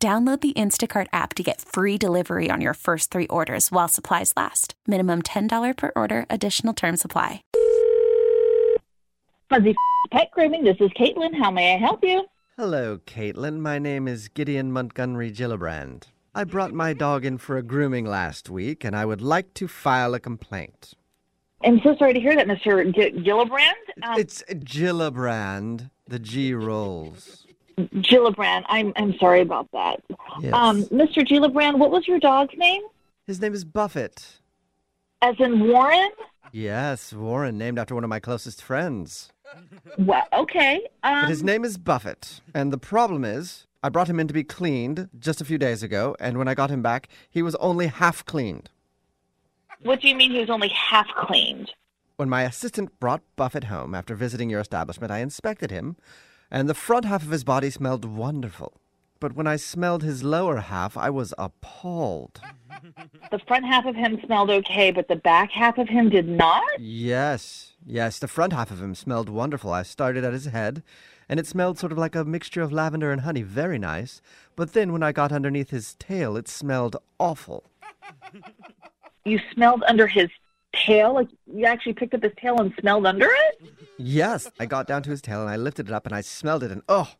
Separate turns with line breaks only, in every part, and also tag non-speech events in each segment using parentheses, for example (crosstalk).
Download the Instacart app to get free delivery on your first three orders while supplies last. Minimum $10 per order, additional term supply.
Fuzzy Pet Grooming, this is Caitlin. How may I help you?
Hello, Caitlin. My name is Gideon Montgomery Gillibrand. I brought my dog in for a grooming last week, and I would like to file a complaint.
I'm so sorry to hear that, Mr. G- Gillibrand. Um,
It's Gillibrand. The G rolls.
Gillibrand, I'm, I'm sorry about that.
Yes.
Um, Mr. Gillibrand, what was your dog's name?
His name is Buffett.
As in Warren?
Yes, Warren, named after one of my closest friends.
Well, okay.
But
Um,
his name is Buffett. And the problem is, I brought him in to be cleaned just a few days ago, and when I got him back, he was only half cleaned.
what do you mean he was only half cleaned?
When my assistant brought Buffett home after visiting your establishment, I inspected him, and the front half of his body smelled wonderful. But when I smelled his lower half, I was appalled.
The front half of him smelled okay, but the back half of him did not?
Yes, yes, the front half of him smelled wonderful. I started at his head, and it smelled sort of like a mixture of lavender and honey. Very nice. But then when I got underneath his tail, it smelled awful.
You smelled under his tail? Like you actually picked up his tail and smelled under it?
Yes, I got down to his tail and I lifted it up and I smelled it, and oh,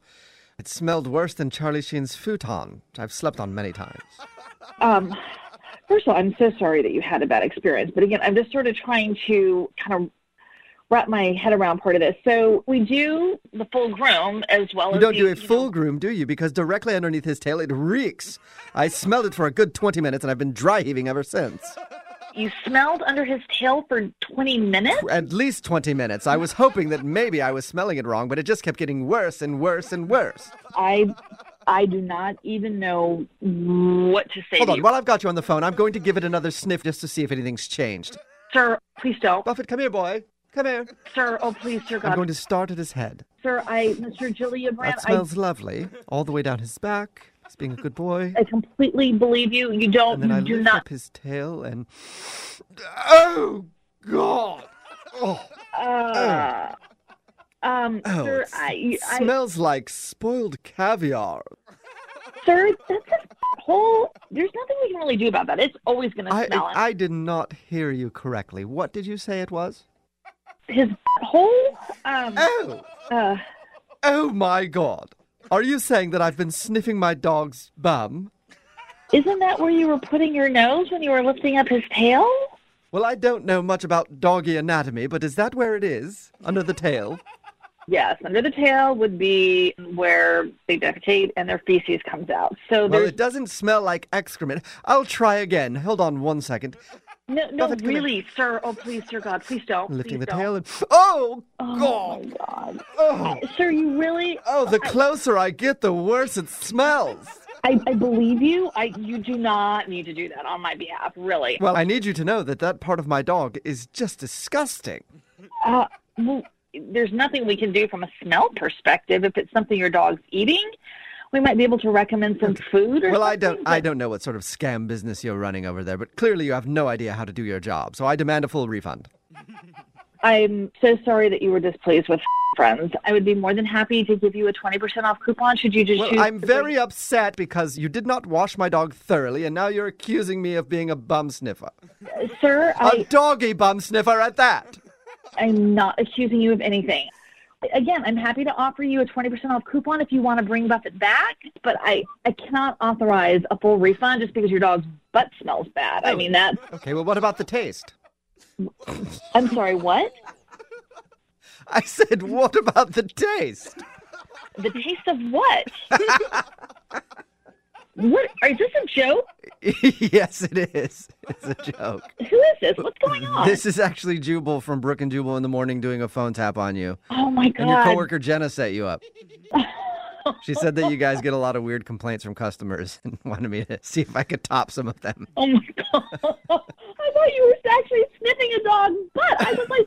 it smelled worse than Charlie Sheen's futon, which I've slept on many times.
Um, first of all, I'm so sorry that you had a bad experience. But again, I'm just sort of trying to kind of wrap my head around part of this. So we do the full groom as well
You
as
don't
the,
do a
know-
full groom, do you? Because directly underneath his tail, it reeks. I smelled it for a good 20 minutes and I've been dry heaving ever since.
You smelled under his tail for 20 minutes?
At least 20 minutes. I was hoping that maybe I was smelling it wrong, but it just kept getting worse and worse and worse.
I I do not even know what to say
Hold
to
on,
you.
while I've got you on the phone, I'm going to give it another sniff just to see if anything's changed.
Sir, please don't.
Buffett, come here, boy. Come here.
Sir, oh please, sir God.
I'm going to start at his head.
Sir, I Mr. Gillibrand,
That
I
smells lovely. All the way down his back. He's being a good boy.
I completely believe you. You don't
And then I
you do
lift
not
up his tail and. Oh, God! Oh,
Uh, um,
oh.
sir,
it
I, I,
smells like spoiled caviar.
sir, that's a whole. There's nothing we can really do about that. It's always going to
I,
smell.
I did not hear you correctly. What did you say it was?
His whole. Um,
Oh!
uh,
Oh my god. Are you saying that I've been sniffing my dog's bum?
isn't that where you were putting your nose when you were lifting up his tail?
Well, I don't know much about doggy anatomy, but is that where it is? Under the tail?
Yes, under the tail would be where they defecate and their feces comes out. So
Well,
there's
it doesn't smell like excrement. I'll try again. Hold on one second.
no, no,
Buffett, come here.
really, sir. Oh, please, sir, God, please don't.
Lifting
please
the
don't.
tail and. Oh,
Oh
God!
my God,
Oh,
sir, you really?
oh the closer I get, the worse it smells.
I, I believe you. I you do not need to do that on my behalf, really.
Well, I need you to know that that part of my dog is just disgusting.
Uh, well, there's nothing we can do from a smell perspective. If it's something your dog's eating, we might be able to recommend some food. Or
Well, I
something,
don't
but
I don't know what sort of scam business you're running over there, but clearly you have no idea how to do your job. So I demand a full refund.
I'm so sorry that you were displeased with (laughs) friends. I would be more than happy to give you a 20% off coupon should you just choose.
Well, I'm very upset because you did not wash my dog thoroughly, and now you're accusing me of being a bum sniffer.
Uh, Sir,
A
I,
doggy bum sniffer at that.
I'm not accusing you of anything. Again, I'm happy to offer you a 20% off coupon if you want to bring Buffett back, but I, I cannot authorize a full refund just because your dog's butt smells bad.
Oh,
I mean, that's,
Okay, well, what about the taste?
I'm sorry, what?
I said, what about the taste? (laughs)
The taste of what? what is this a joke?
yes, it is. It's a joke.
Who is this? What's going on?
This is actually Jubal from Brook and Jubal in the morning doing a phone tap on you,
oh my
and your
god!
coworker Jenna set you up. She said that you guys get a lot of weird complaints from customers (laughs) and wanted me to see if I could top some of them.
Oh my god! (laughs) I thought you were actually sniffing a dog's butt. I was like,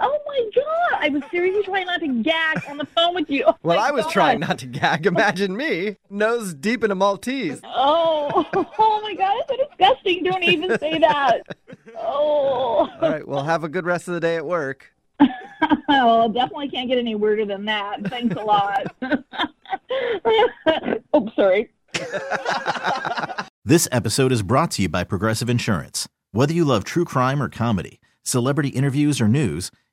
oh my god! I was seriously trying not to gag on the phone with you. Oh
Well,
my
I was
God.
trying not to gag. Imagine me, nose deep in a Maltese.
Oh, (laughs) oh my god! It's so disgusting. Don't even say that. Oh, (laughs)
All right, well, have a good rest of the day at work.
oh, definitely can't get any weirder than that. Thanks a lot. (laughs) oh, sorry.
This episode is brought to you by Progressive Insurance. Whether you love true crime or comedy, celebrity interviews or news,